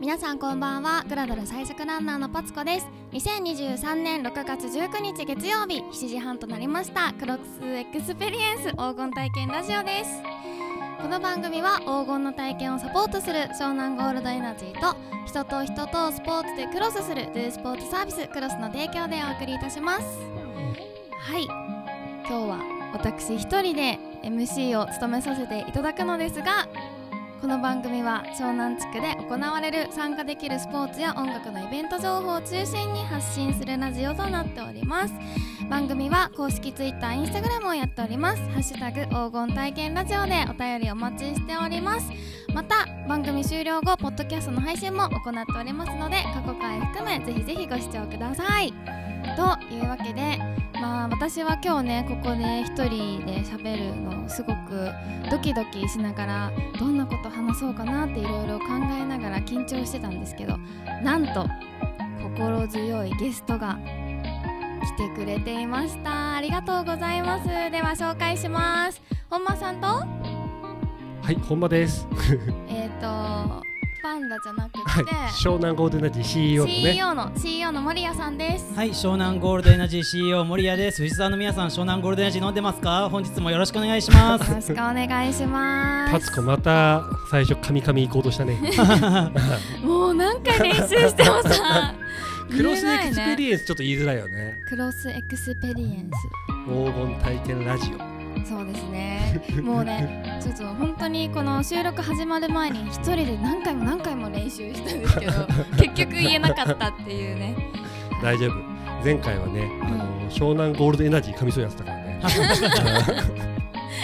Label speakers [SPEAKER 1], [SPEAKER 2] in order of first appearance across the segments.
[SPEAKER 1] 皆さんこんばんはグラドル最速ランナーのパツコです2023年6月19日月曜日7時半となりましたクロックスエクスペリエンス黄金体験ラジオですこの番組は黄金の体験をサポートする湘南ゴールドエナジーと人と人とスポーツでクロスする Do スポーツサービスクロスの提供でお送りいたしますはい今日は私一人で MC を務めさせていただくのですがこの番組は湘南地区で行われる参加できるスポーツや音楽のイベント情報を中心に発信するラジオとなっております番組は公式 Twitter、Instagram をやっておりますハッシュタグ黄金体験ラジオでお便りお待ちしておりますまた番組終了後ポッドキャストの配信も行っておりますので過去回含めぜひぜひご視聴くださいというわけでまあ私は今日ねここで一人で喋るのすごくドキドキしながらどんなこと話そうかなっていろいろ考えながら緊張してたんですけどなんと心強いゲストが来てくれていましたありがとうございますでは紹介します本間さんと
[SPEAKER 2] はい、本間です。
[SPEAKER 1] えっ、とパンダじゃなくて、
[SPEAKER 2] はい、湘南ゴールデンナジー CEO のね。
[SPEAKER 1] CEO の CEO の森谷さんです
[SPEAKER 3] はい、湘南ゴールドエナジー CEO 森谷です。藤沢の皆さん、湘南ゴールドエナジー飲んでますか本日もよろしくお願いし
[SPEAKER 1] よ
[SPEAKER 3] ます。
[SPEAKER 1] ろしくお願いします
[SPEAKER 2] パツコまた最初カミカミ行こうとした ね。
[SPEAKER 1] もう何回練習してもさ
[SPEAKER 2] クロスエクスペ
[SPEAKER 1] エン
[SPEAKER 2] リエンスちょっと言いづらいよね。
[SPEAKER 1] スクロスエクスペリエン
[SPEAKER 2] 黄金体験ラジオ。
[SPEAKER 1] スそうですねもうねちょっと本当にこの収録始まる前に一人で何回も何回も練習したんですけど結局言えなかったっていうね
[SPEAKER 2] 大丈夫。前回はね、あの湘南ゴールデンエナジー噛みそうやってたからね。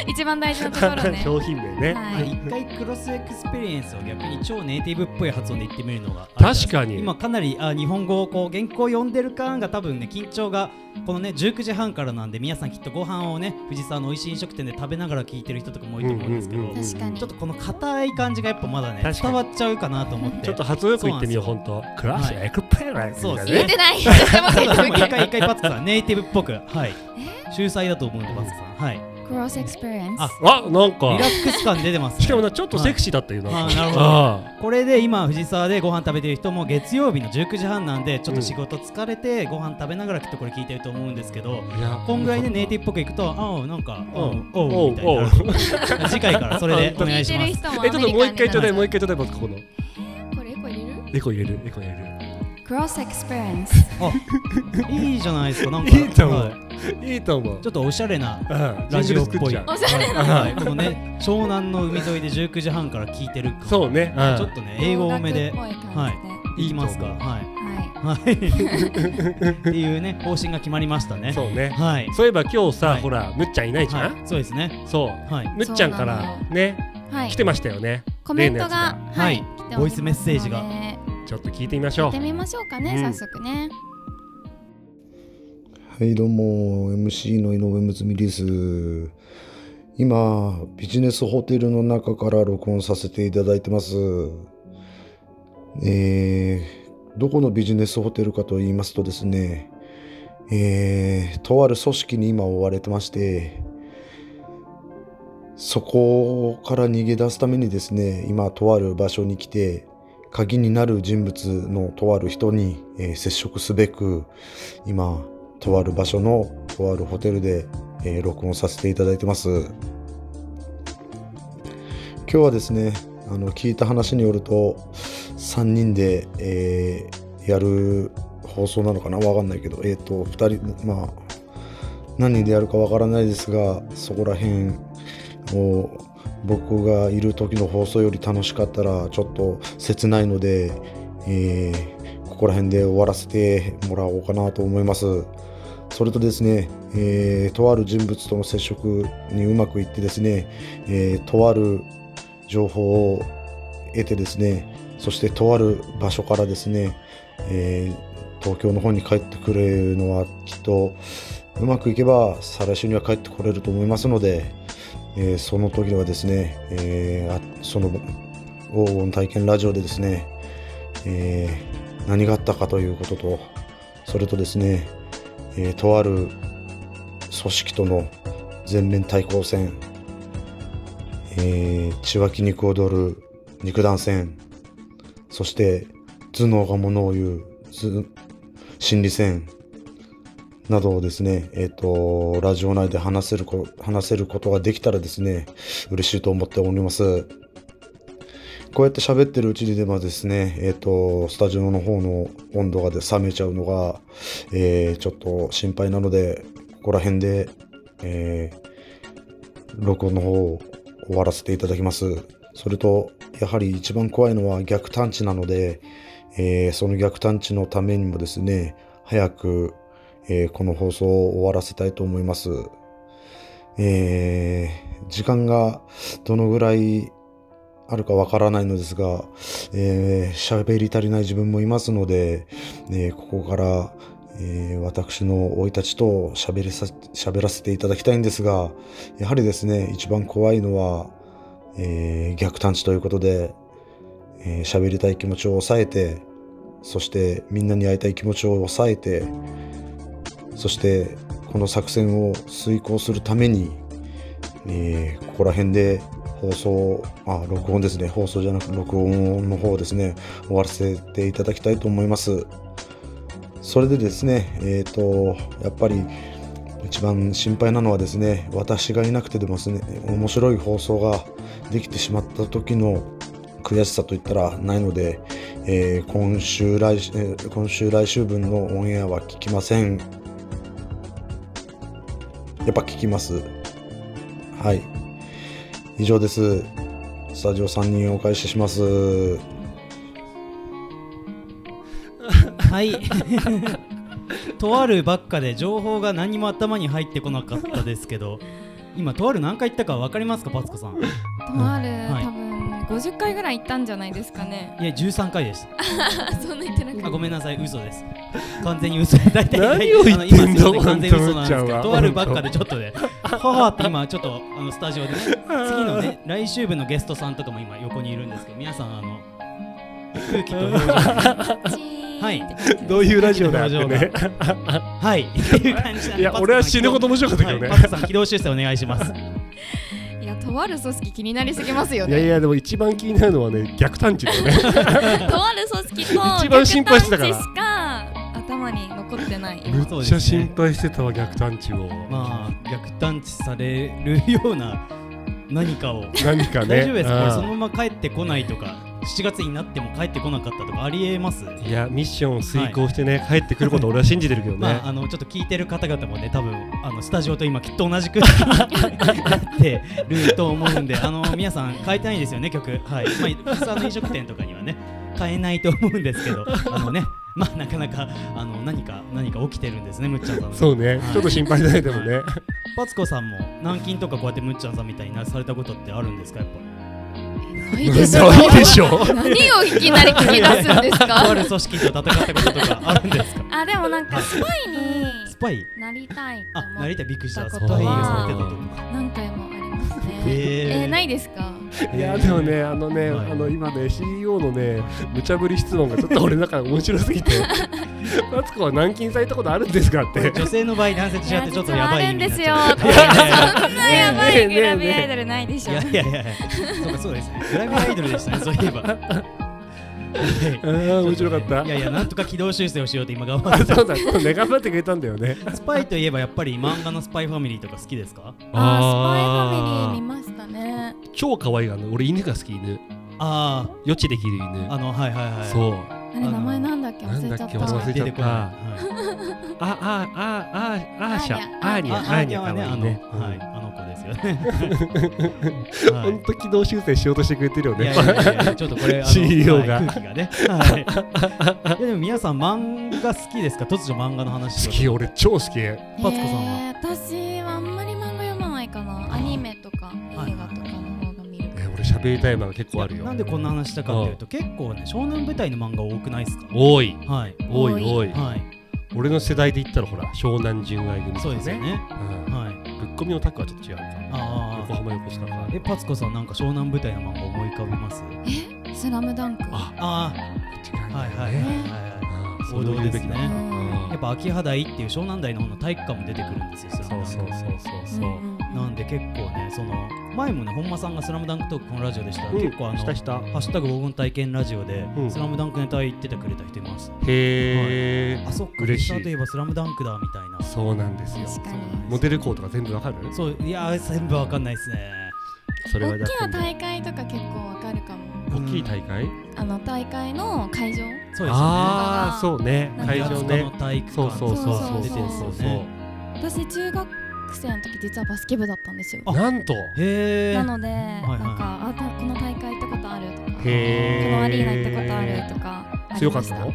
[SPEAKER 1] 一番大事なところ ね
[SPEAKER 2] 商品名ね。
[SPEAKER 1] は
[SPEAKER 3] はい
[SPEAKER 1] い
[SPEAKER 3] 一回クロスエクスペリエンスを逆に超ネイティブっぽい発音で言ってみるのが
[SPEAKER 2] 確かに
[SPEAKER 3] 今かなりあ日本語をこう原稿を読んでる感が多分ね緊張がこのね19時半からなんで皆さんきっとご飯をね藤沢の美味しい飲食店で食べながら聞いてる人とかも多いと思うんですけど、
[SPEAKER 2] うんうんうん
[SPEAKER 1] 確かに
[SPEAKER 3] ちょっとこの硬い感じがやっぱまだね
[SPEAKER 2] 確か
[SPEAKER 3] 伝
[SPEAKER 2] に
[SPEAKER 3] わっちゃうかなと思って
[SPEAKER 2] ちょっと発音よく言ってみよう、
[SPEAKER 3] そう
[SPEAKER 2] 本当。クロスエクスペリエンスみたいなね。
[SPEAKER 3] そう
[SPEAKER 1] 言え
[SPEAKER 3] で
[SPEAKER 1] てない私も
[SPEAKER 3] ただで
[SPEAKER 1] 結
[SPEAKER 3] も一
[SPEAKER 1] 局
[SPEAKER 3] 回一回パツコさんネイティブっぽくはい秀才だと思うんでパツコさんはい
[SPEAKER 1] クロスエクスペリエンス
[SPEAKER 3] あ
[SPEAKER 2] あ、なん
[SPEAKER 3] リラ
[SPEAKER 2] か。
[SPEAKER 3] ックス感出てます、ね、
[SPEAKER 2] しかもなちょっとセクシーだったよな。
[SPEAKER 3] はいあなるほど
[SPEAKER 2] あ
[SPEAKER 3] これで今藤沢でご飯食べてる人も月曜日の19時半なんでちょっと仕事疲れてご飯食べながらきっとこれ聞いてると思うんですけど
[SPEAKER 2] あ。いや
[SPEAKER 3] こんぐらいでネイティブっぽくいくとあおなんかおうお
[SPEAKER 2] お
[SPEAKER 3] う
[SPEAKER 2] う
[SPEAKER 3] みたい
[SPEAKER 2] おう
[SPEAKER 3] な 次回からそれでお願
[SPEAKER 1] 聞
[SPEAKER 3] い
[SPEAKER 1] い
[SPEAKER 3] してま
[SPEAKER 1] る
[SPEAKER 3] す
[SPEAKER 1] 人も
[SPEAKER 2] え、ちょっともう一回ちょうだい、
[SPEAKER 1] も
[SPEAKER 2] もう一回ちょうだい、ここの。
[SPEAKER 1] これこれ入れる
[SPEAKER 2] エコ入れる、エコ入れる。
[SPEAKER 1] クロスエクスペリエンス
[SPEAKER 3] あいいじゃないですかなんか
[SPEAKER 2] いいと思う
[SPEAKER 3] はい
[SPEAKER 2] いいと思う
[SPEAKER 3] ちょ。っとおしゃれな
[SPEAKER 2] うん
[SPEAKER 3] ラジオっぽ
[SPEAKER 2] ジ
[SPEAKER 3] い
[SPEAKER 2] ングル作ちゃう
[SPEAKER 1] おしゃれな
[SPEAKER 3] はいこのね湘南の海沿いで19時半から聞いてるから
[SPEAKER 2] そうね。うん
[SPEAKER 3] ちょっとね英語多めで
[SPEAKER 1] 洋楽っぽい感じで
[SPEAKER 3] いきますか
[SPEAKER 2] いいと
[SPEAKER 3] はい
[SPEAKER 1] は
[SPEAKER 3] はい、 っていうね方針が決まりましたね。
[SPEAKER 2] そうね。
[SPEAKER 3] はい、
[SPEAKER 2] そういえば今日
[SPEAKER 3] は
[SPEAKER 2] さ、
[SPEAKER 3] い
[SPEAKER 2] ほら、むっちゃんいないじゃ
[SPEAKER 3] はい
[SPEAKER 2] ん。、
[SPEAKER 3] そうですね。
[SPEAKER 2] そう。
[SPEAKER 3] はい、
[SPEAKER 2] むっちゃんか
[SPEAKER 1] そうな
[SPEAKER 2] ら
[SPEAKER 1] の
[SPEAKER 2] ね、
[SPEAKER 1] い、はい
[SPEAKER 2] 来、てましたよね。
[SPEAKER 1] コメントが
[SPEAKER 2] 例
[SPEAKER 3] の
[SPEAKER 1] は
[SPEAKER 3] や
[SPEAKER 1] い、
[SPEAKER 3] つが
[SPEAKER 1] 来ておりますので
[SPEAKER 3] ボイスメッセージが
[SPEAKER 1] や
[SPEAKER 2] ちょっと聞いてみましょ
[SPEAKER 1] ってみましょうかね、
[SPEAKER 2] うん
[SPEAKER 1] 早速ね
[SPEAKER 4] はい、どうも、MC の井上睦美です。今、ビジネスホテルの中から録音させていただいてます。えーどこのビジネスホテルかと言いますとですね、えーとある組織に今追われてまして、そこから逃げ出すためにですね、今、とある場所に来て、鍵になる人物のとある人に、えー接触すべく、今、とある場所のとあるホテルで、えー録音させていただいてます今日はですねあの聞いた話によると3人で、えーやる放送なのかなわかんないけどえっ、と2人まあ何人でやるかわからないですがそこら辺を僕がいる時の放送より楽しかったらちょっと切ないので、えーここら辺で終わらせてもらおうかなと思います。それとですね、えーとある人物との接触にうまくいってですね、えーとある情報を得てですね、そしてとある場所からですね、えー東京の方に帰ってくるのはきっとうまくいけば再来週には帰ってこれると思いますので、えーその時はですね、えーあその黄金体験ラジオでですね、えー何があったかということとそれとですね、えーとある組織との全面対抗戦、えー、血湧き肉踊る肉弾戦そして頭脳がものを言うず心理戦などをですね、えっ、と、ラジオ内で話せるこ、話せることができたらですね、嬉しいと思っております。こうやって喋ってるうちにでもですね、えっ、と、スタジオの方の温度がで冷めちゃうのが、えーちょっと心配なので、ここら辺で、えー録音の方を終わらせていただきます。それと、やはり一番怖いのは逆探知なので、えーその逆探知のためにもですね、早く、えーこの放送を終わらせたいと思います。えー時間がどのぐらいあるかわからないのですが、えー喋り足りない自分もいますので、えーここから、えー私の生い立ちと喋りさ喋らせていただきたいんですが、やはりですね、一番怖いのは、えー逆探知ということで、えー喋りたい気持ちを抑えて、そしてみんなに会いたい気持ちを抑えて、そしてこの作戦を遂行するために、えーここら辺で放送、あ、録音ですね。放送じゃなく録音の方ですね。終わらせていただきたいと思います。それでですね、えっ、と、やっぱり一番心配なのはですね、私がいなくてでもですね、面白い放送ができてしまった時の悔しさといったらないので、えー今週来、えー今週来週分のオンエアは聞きません。やっぱ聞きます。はい。以上です。スタジオ3人お返しします。
[SPEAKER 3] はい。 とあるばっかで情報が何も頭に入ってこなかったですけど、今とある何回言ったかわかりますか、パツコさん。い
[SPEAKER 1] とある、
[SPEAKER 3] はい
[SPEAKER 1] 多分50回ぐらい行ったんじゃないですかね
[SPEAKER 3] や、十三回です。
[SPEAKER 1] あそんな言ってな
[SPEAKER 3] あ、
[SPEAKER 1] く
[SPEAKER 3] ご
[SPEAKER 1] て
[SPEAKER 3] めんなさい、嘘です。完全に嘘です。大体
[SPEAKER 2] 何を言ってんだ
[SPEAKER 3] あの今すいませ完全に嘘なんです
[SPEAKER 2] 本当むっち
[SPEAKER 3] け
[SPEAKER 2] ゃん
[SPEAKER 3] ど、
[SPEAKER 2] は
[SPEAKER 3] とあるばっかでちょっとで、母って今ちょっとあのスタジオでね、次の ね来週分のゲストさんとかも今横にいるんですけど、皆さんあの空気と表 情
[SPEAKER 1] チーン
[SPEAKER 3] はい
[SPEAKER 1] って感じです
[SPEAKER 2] どういうラジオだってね。
[SPEAKER 3] はい。っていう感じなんで
[SPEAKER 2] いや
[SPEAKER 3] パツコさん
[SPEAKER 2] 俺は死ぬほど面白かったけどね
[SPEAKER 3] はいパツコさん軌道修正お願いします。
[SPEAKER 1] いやとある組織気になりすぎますよ
[SPEAKER 2] いや
[SPEAKER 1] ね
[SPEAKER 2] いやでも一番気になるのはね逆探知だ よね。
[SPEAKER 1] とある組織と
[SPEAKER 2] 一番心配してたから
[SPEAKER 1] 逆探知しか頭に残ってない
[SPEAKER 2] めっちゃ心配してたわ逆探知を。
[SPEAKER 3] まあ逆探知されるような何かを。
[SPEAKER 2] 何かね。
[SPEAKER 3] 大丈夫ですか、これそ
[SPEAKER 2] うん
[SPEAKER 3] のまま帰ってこないとか、7月になっても帰ってこなかったとかありえます
[SPEAKER 2] いやミッションを遂行してね、帰ってくることを俺は信じてるけどね。
[SPEAKER 3] まあ、あのちょっと聞いてる方々もね、多分あのスタジオと今、きっと同じくなってると思うんで、あの皆さん、変えたいんですよね、曲、はいまあ、普通の飲食店とかにはね、変えないと思うんですけど、あのね、まあ、なかなかあの何か何か起きてるんですね、むっちゃんさんの。
[SPEAKER 2] そうね、ちょっと心配だねでもね。
[SPEAKER 3] パツコさんも軟禁とかこうやってむっちゃんさんみたいになされたことってあるんですかやっぱ
[SPEAKER 1] ない
[SPEAKER 2] いいで
[SPEAKER 1] でし
[SPEAKER 2] し
[SPEAKER 1] ょ
[SPEAKER 2] ょ。いいでしょ。
[SPEAKER 1] 何をいきなり聞き出すんです
[SPEAKER 3] とあ
[SPEAKER 1] か
[SPEAKER 3] る組織と戦ったこととかあるんですか
[SPEAKER 1] あでもなんかスパイ
[SPEAKER 3] ス
[SPEAKER 1] に
[SPEAKER 3] パイ
[SPEAKER 1] なりたいと
[SPEAKER 3] あ、
[SPEAKER 1] 思
[SPEAKER 3] な
[SPEAKER 1] っ
[SPEAKER 3] りたいびっくりした。
[SPEAKER 1] そ
[SPEAKER 3] ス
[SPEAKER 1] う
[SPEAKER 3] パイをされてたとか。
[SPEAKER 1] 何回もありますね
[SPEAKER 3] へー
[SPEAKER 1] えーないですか
[SPEAKER 2] いやでもねあのね、
[SPEAKER 3] はい
[SPEAKER 2] あの今ね CEO のね無茶ぶり質問がちょっと俺の中で面白すぎ て「マツコは軟禁されたことあるんですか?」っ
[SPEAKER 3] こ れ
[SPEAKER 2] て。
[SPEAKER 3] 女性の場合男性と違ってちょっとやばい意味になっち
[SPEAKER 1] い
[SPEAKER 3] ゃ
[SPEAKER 1] や
[SPEAKER 3] う。
[SPEAKER 1] 実はあるんですよそんなやばい
[SPEAKER 2] ねえねえねえ
[SPEAKER 1] グラビアアイドルないでしょ
[SPEAKER 3] いやいやいやいや。そうかそうですね。グラビアアイドルでしたね。そういえば。はい
[SPEAKER 2] あー面白かっ
[SPEAKER 3] い
[SPEAKER 2] た。
[SPEAKER 3] やいやなんとか軌道修正をしようと今頑張って
[SPEAKER 2] そうだそうね頑張ってくれたんだよね。
[SPEAKER 3] た。スパイといえばやっぱり漫画のスパイファミリーとか好きですか？
[SPEAKER 1] あースパイファミリー見ましたね
[SPEAKER 2] 超可愛いあの俺犬が好き犬
[SPEAKER 3] あ
[SPEAKER 2] 予知できる犬
[SPEAKER 3] あ、あのはいはいはい。う。
[SPEAKER 2] そう
[SPEAKER 1] あれ名前なんだっけ忘れちゃっ
[SPEAKER 2] なんだっけ
[SPEAKER 1] た
[SPEAKER 2] 忘れちゃった
[SPEAKER 3] 出てこない。はい
[SPEAKER 2] ああああああシャアーニャア
[SPEAKER 3] あ
[SPEAKER 2] ーニャ
[SPEAKER 3] は
[SPEAKER 2] 可
[SPEAKER 3] ねあ
[SPEAKER 2] 愛い
[SPEAKER 3] の
[SPEAKER 2] ね。
[SPEAKER 3] はいあの子ですよね。は
[SPEAKER 2] 本当軌道修正しようとしてくれてるよ
[SPEAKER 3] い
[SPEAKER 2] ね
[SPEAKER 3] やい。やい やいやちょっとこれ、あの
[SPEAKER 2] CEO
[SPEAKER 3] はい
[SPEAKER 2] が
[SPEAKER 3] 空気がね。はい。いやでも皆さん、漫画好きですか突如漫画の 話
[SPEAKER 2] 好
[SPEAKER 3] を
[SPEAKER 2] き俺超好き。
[SPEAKER 3] マツコさん
[SPEAKER 1] え
[SPEAKER 3] は
[SPEAKER 1] ー私はあんまり漫画読まないかなアニメとか映画とかの方が見る
[SPEAKER 2] ね俺喋りたい漫画結構あるよ
[SPEAKER 3] なん。でこんな話したかっていうと、結構ね、湘南舞台の漫画多くないですか
[SPEAKER 2] 多い
[SPEAKER 3] はい。
[SPEAKER 2] 多い多い。
[SPEAKER 3] はい。
[SPEAKER 2] 俺の世代で言ったらほら湘南純愛組とか
[SPEAKER 3] そうですよね。
[SPEAKER 2] うん
[SPEAKER 3] はい。
[SPEAKER 2] ぶっこみのタッグはちょっと違うか
[SPEAKER 3] あ
[SPEAKER 2] 横
[SPEAKER 3] あ。
[SPEAKER 2] 浜横須賀か
[SPEAKER 3] え、パツコさん、なんか湘南舞台の漫画思い浮かびます
[SPEAKER 1] えスラムダンク
[SPEAKER 2] あ
[SPEAKER 3] あ
[SPEAKER 2] 違うん
[SPEAKER 3] あ、
[SPEAKER 2] だ
[SPEAKER 3] はいはいはい
[SPEAKER 2] よね
[SPEAKER 3] はい。
[SPEAKER 2] うんそ
[SPEAKER 3] 王
[SPEAKER 2] れを
[SPEAKER 3] 道
[SPEAKER 2] 言う
[SPEAKER 3] で
[SPEAKER 2] べ
[SPEAKER 3] す
[SPEAKER 2] きだ
[SPEAKER 3] ね。
[SPEAKER 1] うん
[SPEAKER 3] やっぱ秋葉台っていう湘南台の方の体育館も出てくるんですよ。
[SPEAKER 2] そうそうそうそうそ
[SPEAKER 1] う
[SPEAKER 2] う
[SPEAKER 1] んうん
[SPEAKER 3] なんで結構ねその前もね本間さんが「スラムダンクトークこのラジオでしたら、結構あの
[SPEAKER 2] したした
[SPEAKER 3] ハッシュタグ黄金体験ラジオで、
[SPEAKER 2] うん
[SPEAKER 3] スラムダンクネタ言っててくれた人います。
[SPEAKER 2] へえ、
[SPEAKER 3] あそっか、
[SPEAKER 2] 嬉しい
[SPEAKER 3] 藤沢といえばスラムダンクだみたいな。
[SPEAKER 2] そうなんですよ
[SPEAKER 1] 確かに
[SPEAKER 2] モデル校とか全部わかる
[SPEAKER 3] そう、いやー、全部わかんないですね。
[SPEAKER 2] それは
[SPEAKER 1] 大
[SPEAKER 2] だっ
[SPEAKER 1] きな
[SPEAKER 2] て
[SPEAKER 1] 大会とか結構わかるかも
[SPEAKER 2] 大きい大会
[SPEAKER 1] あの大会の会場
[SPEAKER 3] そうですね。
[SPEAKER 2] ああ
[SPEAKER 1] そ
[SPEAKER 2] そうね
[SPEAKER 1] なんか
[SPEAKER 2] 会
[SPEAKER 3] 平
[SPEAKER 2] 場
[SPEAKER 3] 塚
[SPEAKER 2] ね
[SPEAKER 3] の体育館
[SPEAKER 2] そうそうそう
[SPEAKER 1] そ
[SPEAKER 2] そうう
[SPEAKER 1] 出てるんです
[SPEAKER 2] そ
[SPEAKER 1] よ
[SPEAKER 2] う
[SPEAKER 3] ね
[SPEAKER 1] 私中学生の時実はバスケ部だったんですよ
[SPEAKER 3] あ
[SPEAKER 2] なんと
[SPEAKER 3] へえ。
[SPEAKER 1] なので、
[SPEAKER 3] はい
[SPEAKER 1] なんかあたこの大会行ったことあるとかこ
[SPEAKER 2] へー
[SPEAKER 1] のアリーナ行ったことあるとかありました
[SPEAKER 2] 強かったの
[SPEAKER 1] ね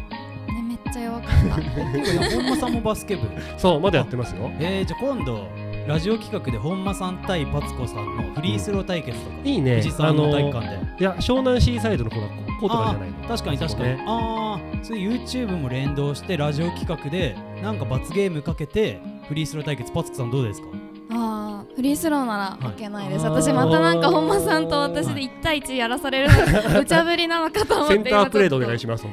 [SPEAKER 1] めっちゃ弱かった
[SPEAKER 3] 本間さんもバスケ部。
[SPEAKER 2] そうまだやってますよ
[SPEAKER 3] えー、じゃあ今度、ラジオ企画で本間さん対パツコさんのフリースロー対決とか、
[SPEAKER 2] いいね
[SPEAKER 3] 藤沢の体育館で。
[SPEAKER 2] いや湘南シーサイドのほらコートがじゃないの
[SPEAKER 3] 確かに確か
[SPEAKER 2] そう
[SPEAKER 3] に。
[SPEAKER 2] ね
[SPEAKER 3] ああ、それ YouTube も連動して、ラジオ企画で、なんか罰ゲームかけて、フリースロー対決、パツコさんどうですか
[SPEAKER 1] あーフリースローなら負
[SPEAKER 3] はい
[SPEAKER 1] けないです、
[SPEAKER 3] あー
[SPEAKER 1] 私またなんか本間さんと私で1対1やらされる の無茶ぶりなのかと思って
[SPEAKER 2] センタープレーでお願いし
[SPEAKER 1] ま
[SPEAKER 2] ます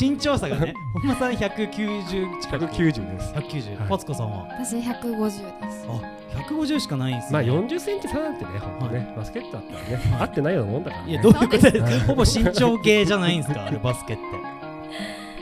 [SPEAKER 3] 身長差が ね、本間さん190近く。
[SPEAKER 2] 190です
[SPEAKER 3] 190、
[SPEAKER 2] はい
[SPEAKER 3] パツコさんは
[SPEAKER 1] す私150です
[SPEAKER 3] あ150しかないんすね
[SPEAKER 2] まあ40センチ差なんてねほんとねバスケットだったらね合ってないようなもんだから
[SPEAKER 3] い
[SPEAKER 2] ね
[SPEAKER 3] やどういうことです
[SPEAKER 2] そうです
[SPEAKER 3] ほぼ身長系じゃないんすかあれバ スケって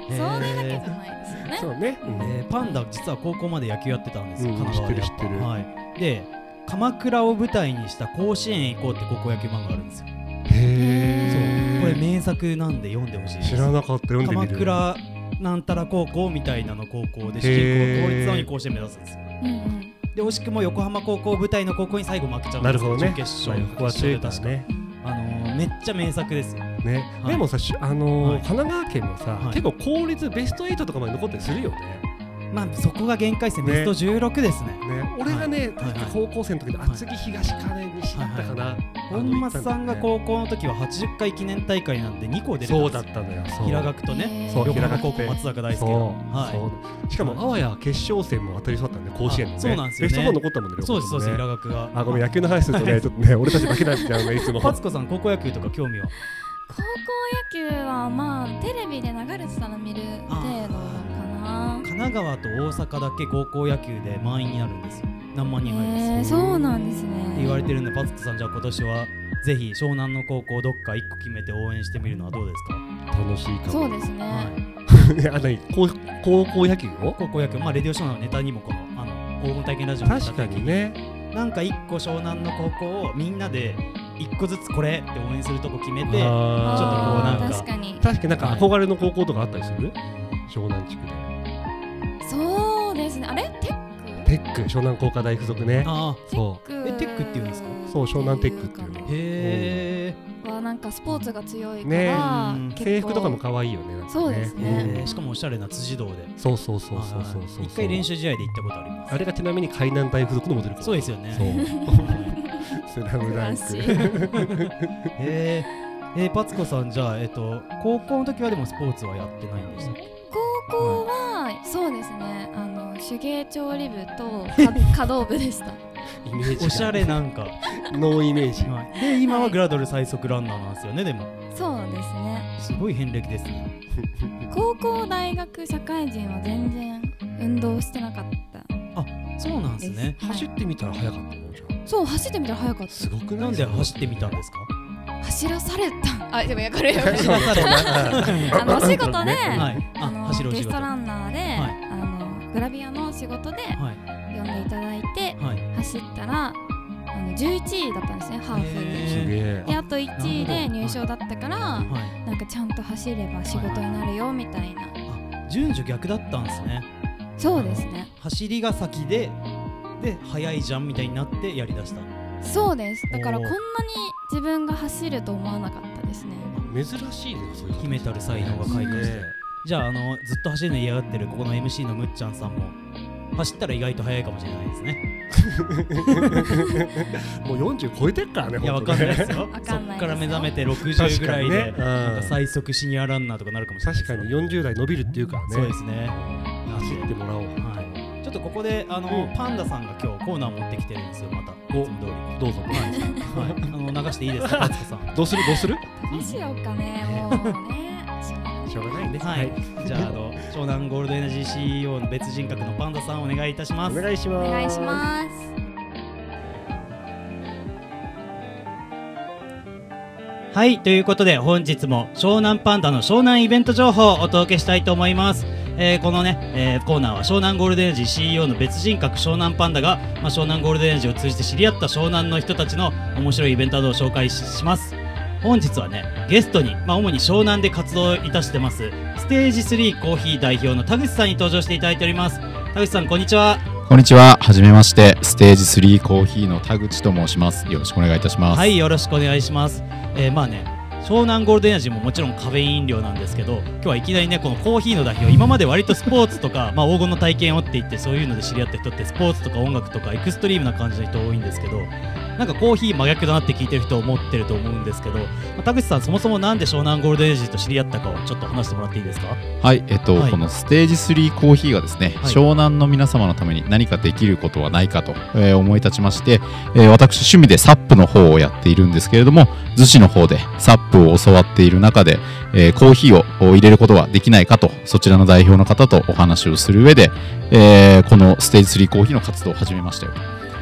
[SPEAKER 1] それだけじゃ
[SPEAKER 3] え
[SPEAKER 1] ないですよね
[SPEAKER 2] そうねうん
[SPEAKER 3] ーえーパンダ実は高校まで野球やってたんですよ、
[SPEAKER 2] うん
[SPEAKER 3] 神奈川で
[SPEAKER 2] 知ってる知ってる
[SPEAKER 3] はい、で鎌倉を舞台にした甲子園へ行こうって高校野球漫画あるんですよ、
[SPEAKER 2] へ
[SPEAKER 3] そうこれ
[SPEAKER 2] え
[SPEAKER 3] 名作なんで読んでほしいです
[SPEAKER 2] 知らなかった読んでみ
[SPEAKER 3] 鎌
[SPEAKER 2] る
[SPEAKER 3] 倉なんたら高校みたいなの高校で
[SPEAKER 2] へ
[SPEAKER 3] 私立
[SPEAKER 2] ー
[SPEAKER 3] 高校なのに甲子園目指すんですよ
[SPEAKER 1] うんうん
[SPEAKER 3] で惜しくも横浜高校を舞台の高校に最後負けちゃうんですよ
[SPEAKER 2] なるほどね
[SPEAKER 3] 準決勝
[SPEAKER 2] まあここは強いからね
[SPEAKER 1] うん
[SPEAKER 3] あのーめっちゃ名作ですよ。
[SPEAKER 2] ね、
[SPEAKER 3] はい
[SPEAKER 2] でもさ、しあのー
[SPEAKER 3] はい
[SPEAKER 2] 神奈川県もさ、
[SPEAKER 3] はい
[SPEAKER 2] 結構公立ベスト8とかまで残ったりするよね。
[SPEAKER 3] まあそこが限界線、
[SPEAKER 2] ね
[SPEAKER 3] ベスト16ですね。
[SPEAKER 2] ね俺がね、
[SPEAKER 3] はいはい
[SPEAKER 2] 確か高校生の時の厚木東かね西だったかな。
[SPEAKER 3] 本間さんが
[SPEAKER 2] う
[SPEAKER 3] 高校の時は80回記念大会なんで2校出れたん
[SPEAKER 2] そう
[SPEAKER 3] です
[SPEAKER 2] だっ
[SPEAKER 3] よ
[SPEAKER 2] たのよ。そう
[SPEAKER 3] 平学とね、
[SPEAKER 1] へー
[SPEAKER 2] そう
[SPEAKER 3] 横
[SPEAKER 2] 平
[SPEAKER 3] 浜
[SPEAKER 2] 学
[SPEAKER 3] 高校松坂大輔
[SPEAKER 2] そう、
[SPEAKER 3] がは
[SPEAKER 2] そうしかもあわや決勝戦も当たりそうだったんで甲子園のね
[SPEAKER 3] あそうなんですよね
[SPEAKER 2] ベスト4残ったもんね
[SPEAKER 3] いそうですそうです
[SPEAKER 2] 両
[SPEAKER 3] 平
[SPEAKER 2] 方ともね
[SPEAKER 3] 学が
[SPEAKER 2] あごめん野球の話するとねちょっと ね俺たちだけなんだよねいつも
[SPEAKER 3] パツコさん高校野球とか興味は
[SPEAKER 1] 高校野球はまあテレビで流れてたら見る程度かな
[SPEAKER 3] 神奈川と大阪だけ高校野球で満員になるんですよ何万人入るんですよ
[SPEAKER 1] えー、そうなんです
[SPEAKER 3] っ
[SPEAKER 1] ね
[SPEAKER 3] て言われてるんでパツコさんじゃあ今年はぜひ湘南の高校どっか1個決めて応援してみるのはどうですか、
[SPEAKER 2] 楽しいかも
[SPEAKER 1] そうですね、
[SPEAKER 3] は い、
[SPEAKER 2] あ何高高校野球を
[SPEAKER 3] 高校野球まあレディオ湘南のネタにもこのあの黄金体験ラジオのネタ
[SPEAKER 2] 確かにね
[SPEAKER 3] なんか一個湘南の高校をみんなで一個ずつこれって応援するとこ決めて
[SPEAKER 2] あー
[SPEAKER 3] ちょっとこうなんか
[SPEAKER 1] あー確かに
[SPEAKER 2] 確かになんか憧れの高校とかあったりする湘南地区で
[SPEAKER 1] そうですねあれテック
[SPEAKER 2] テック湘南工科大附属ね
[SPEAKER 3] あ
[SPEAKER 2] そ
[SPEAKER 1] ック
[SPEAKER 3] えテックって言うんですか
[SPEAKER 2] そう湘南テックっていうの
[SPEAKER 1] か
[SPEAKER 3] あへ
[SPEAKER 1] なはなんかスポーツが強いか
[SPEAKER 2] ね
[SPEAKER 1] ら、
[SPEAKER 3] うん
[SPEAKER 1] 結構
[SPEAKER 2] う制服とかも可愛いよねなんか
[SPEAKER 1] そうですね
[SPEAKER 3] え、
[SPEAKER 2] うん
[SPEAKER 3] しかもおしゃれな辻堂で
[SPEAKER 2] そうそうそうそうそう
[SPEAKER 3] はい
[SPEAKER 2] そ
[SPEAKER 3] は
[SPEAKER 2] う
[SPEAKER 3] い一回練習試合で行ったことあります
[SPEAKER 2] あれがちなみに海南大附属のモデル
[SPEAKER 3] そう
[SPEAKER 2] う
[SPEAKER 3] ですよね
[SPEAKER 2] そうスラム ダンク
[SPEAKER 1] 素晴らしい
[SPEAKER 3] へーえー、パツコさんじゃあ、えっと、高校の時はでもスポーツはやってないんです
[SPEAKER 1] 高校はそうですねあの手芸調理部とか華道部でした
[SPEAKER 2] イメージが
[SPEAKER 3] おしゃれなんか、
[SPEAKER 2] ノーイメージ
[SPEAKER 3] はい、 で今はグラドル最速ランナーなんですよねでも
[SPEAKER 1] そうですね
[SPEAKER 3] すごい遍歴ですね
[SPEAKER 1] 高校大学社会人は全然運動してなかった
[SPEAKER 3] そうなんですね
[SPEAKER 1] はい
[SPEAKER 2] 走ってみたら速かったよねじゃ
[SPEAKER 1] そう走ってみたら速かっ
[SPEAKER 2] あすごくない
[SPEAKER 3] なんで走ってみたんですか
[SPEAKER 1] た走らされた あでもいやこれやめ
[SPEAKER 2] そうそうそう
[SPEAKER 1] あ のお仕事で、
[SPEAKER 3] はいあ
[SPEAKER 1] あの
[SPEAKER 3] 走るお
[SPEAKER 1] ゲ
[SPEAKER 3] 仕
[SPEAKER 1] スト
[SPEAKER 3] 事
[SPEAKER 1] ラ
[SPEAKER 3] は
[SPEAKER 1] ンナーで、
[SPEAKER 3] はい
[SPEAKER 1] あのグラビアの仕事で
[SPEAKER 3] い
[SPEAKER 1] 呼んでいただいて
[SPEAKER 3] はい
[SPEAKER 1] 走ったらあの11位だったんですねハーフ
[SPEAKER 3] へ
[SPEAKER 1] で。
[SPEAKER 2] すげえ
[SPEAKER 1] であと1位で入賞だったから
[SPEAKER 3] はい
[SPEAKER 1] なんかちゃんと走れば仕事になるよみたいな
[SPEAKER 3] 順序逆だったんですね
[SPEAKER 1] そうですね
[SPEAKER 3] 走りが先でで速いじゃんみたいになってやりだした
[SPEAKER 1] そうですだから
[SPEAKER 3] お
[SPEAKER 1] こ
[SPEAKER 3] ー
[SPEAKER 1] んなに自分が走ると思わなかったですね
[SPEAKER 2] 珍しいねそういう
[SPEAKER 3] 秘めたる才能が開花してじゃああのずっと走るの嫌がってるここの MC のむっちゃんさんも走ったら意外と速いかもしれないですね
[SPEAKER 2] もう40超えてっからね
[SPEAKER 3] いやわ
[SPEAKER 2] 本当
[SPEAKER 3] かん
[SPEAKER 2] ね
[SPEAKER 3] ないです
[SPEAKER 1] か
[SPEAKER 3] よ
[SPEAKER 1] んないです
[SPEAKER 3] そ
[SPEAKER 1] よ
[SPEAKER 3] っから目覚めて60ぐらいで、
[SPEAKER 2] 確かにね
[SPEAKER 3] なんか
[SPEAKER 2] うん
[SPEAKER 3] 最速シニアランナーとかなるかもしれない
[SPEAKER 2] 確
[SPEAKER 3] です
[SPEAKER 2] か
[SPEAKER 3] よ
[SPEAKER 2] に40代伸びるっていうからね
[SPEAKER 3] そうですね
[SPEAKER 2] 走ってもらおう
[SPEAKER 3] はいちょっとここであの、
[SPEAKER 2] うん
[SPEAKER 3] パンダさんが今日コーナー持ってきてるんですよまたいつも通り
[SPEAKER 2] どうぞ
[SPEAKER 3] はい、あの流していいです か、つこさん。
[SPEAKER 2] どうするどうする
[SPEAKER 1] どうしようかねもうね
[SPEAKER 2] しょうがないね
[SPEAKER 3] はい、じゃあ、あの湘南ゴールドエナジー CEO の別人格のパンダさん、お願いいたしま
[SPEAKER 2] お
[SPEAKER 3] す。
[SPEAKER 2] 願いし
[SPEAKER 1] お
[SPEAKER 2] ます
[SPEAKER 1] 願いします
[SPEAKER 3] はいということで本日も湘南パンダの湘南イベント情報をお届けしたいと思います、えーこのね、えーコーナーは湘南ゴールデンジ CEO の別人格湘南パンダが、まあ、湘南ゴールデンジを通じて知り合った湘南の人たちの面白いイベントなどを紹介しします本日はねゲストに、まあ、主に湘南で活動いたしてますステージ3コーヒー代表の田口さんに登場していただいております田口さんこんにちは
[SPEAKER 5] こんにちは。はじめまして。ステージ3コーヒーの田口と申します。よろしくお願いいたします。
[SPEAKER 3] はい、よろしくお願いします。えーまあね、湘南ゴールデン味ももちろんカフェイン飲料なんですけど、今日はいきなりね、このコーヒーの代表、今まで割とスポーツとか、 まあ黄金の体験をって言って、そういうので知り合った人って、スポーツとか音楽とかエクストリームな感じの人多いんですけど、なんかコーヒー真逆だなって聞いてる人思ってると思うんですけど、まあ田口さん、そもそもなんで湘南ゴールデン味と知り合ったかをちょっと話してもらっていいですか
[SPEAKER 5] はい。えっと、
[SPEAKER 3] はい
[SPEAKER 5] このステージ3コーヒーがですね、
[SPEAKER 3] はい
[SPEAKER 5] 湘南の皆様のために何かできることはないかと、えー思い立ちまして、えー私趣味でサップの方をやっているんですけれども、逗子の方でサップを教わっている中で、えーコーヒーをお入れることはできないかと、そちらの代表の方とお話をする上で、えーこのステージ3コーヒーの活動を始めましたよ。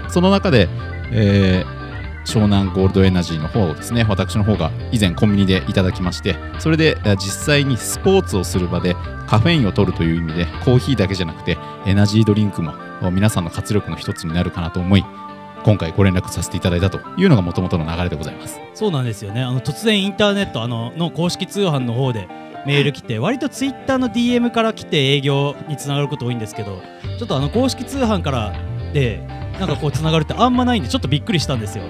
[SPEAKER 5] その中で、えー湘南ゴールドエナジーの方をですね私の方が以前コンビニでいただきましてそれでえー実際にスポーツをする場でカフェインを取るという意味でコーヒーだけじゃなくてエナジードリンクもお皆さんの活力の一つになるかなと思い今回ご連絡させていただいたというのがもともとの流れでございます
[SPEAKER 3] そうなんですよねあの突然インターネットあのの公式通販の方でメール来て割とツイッターの DM から来て営業につながること多いんですけどちょっとあの公式通販からでなんかこうつながるってあんまないんでちょっとびっくりしたんですよ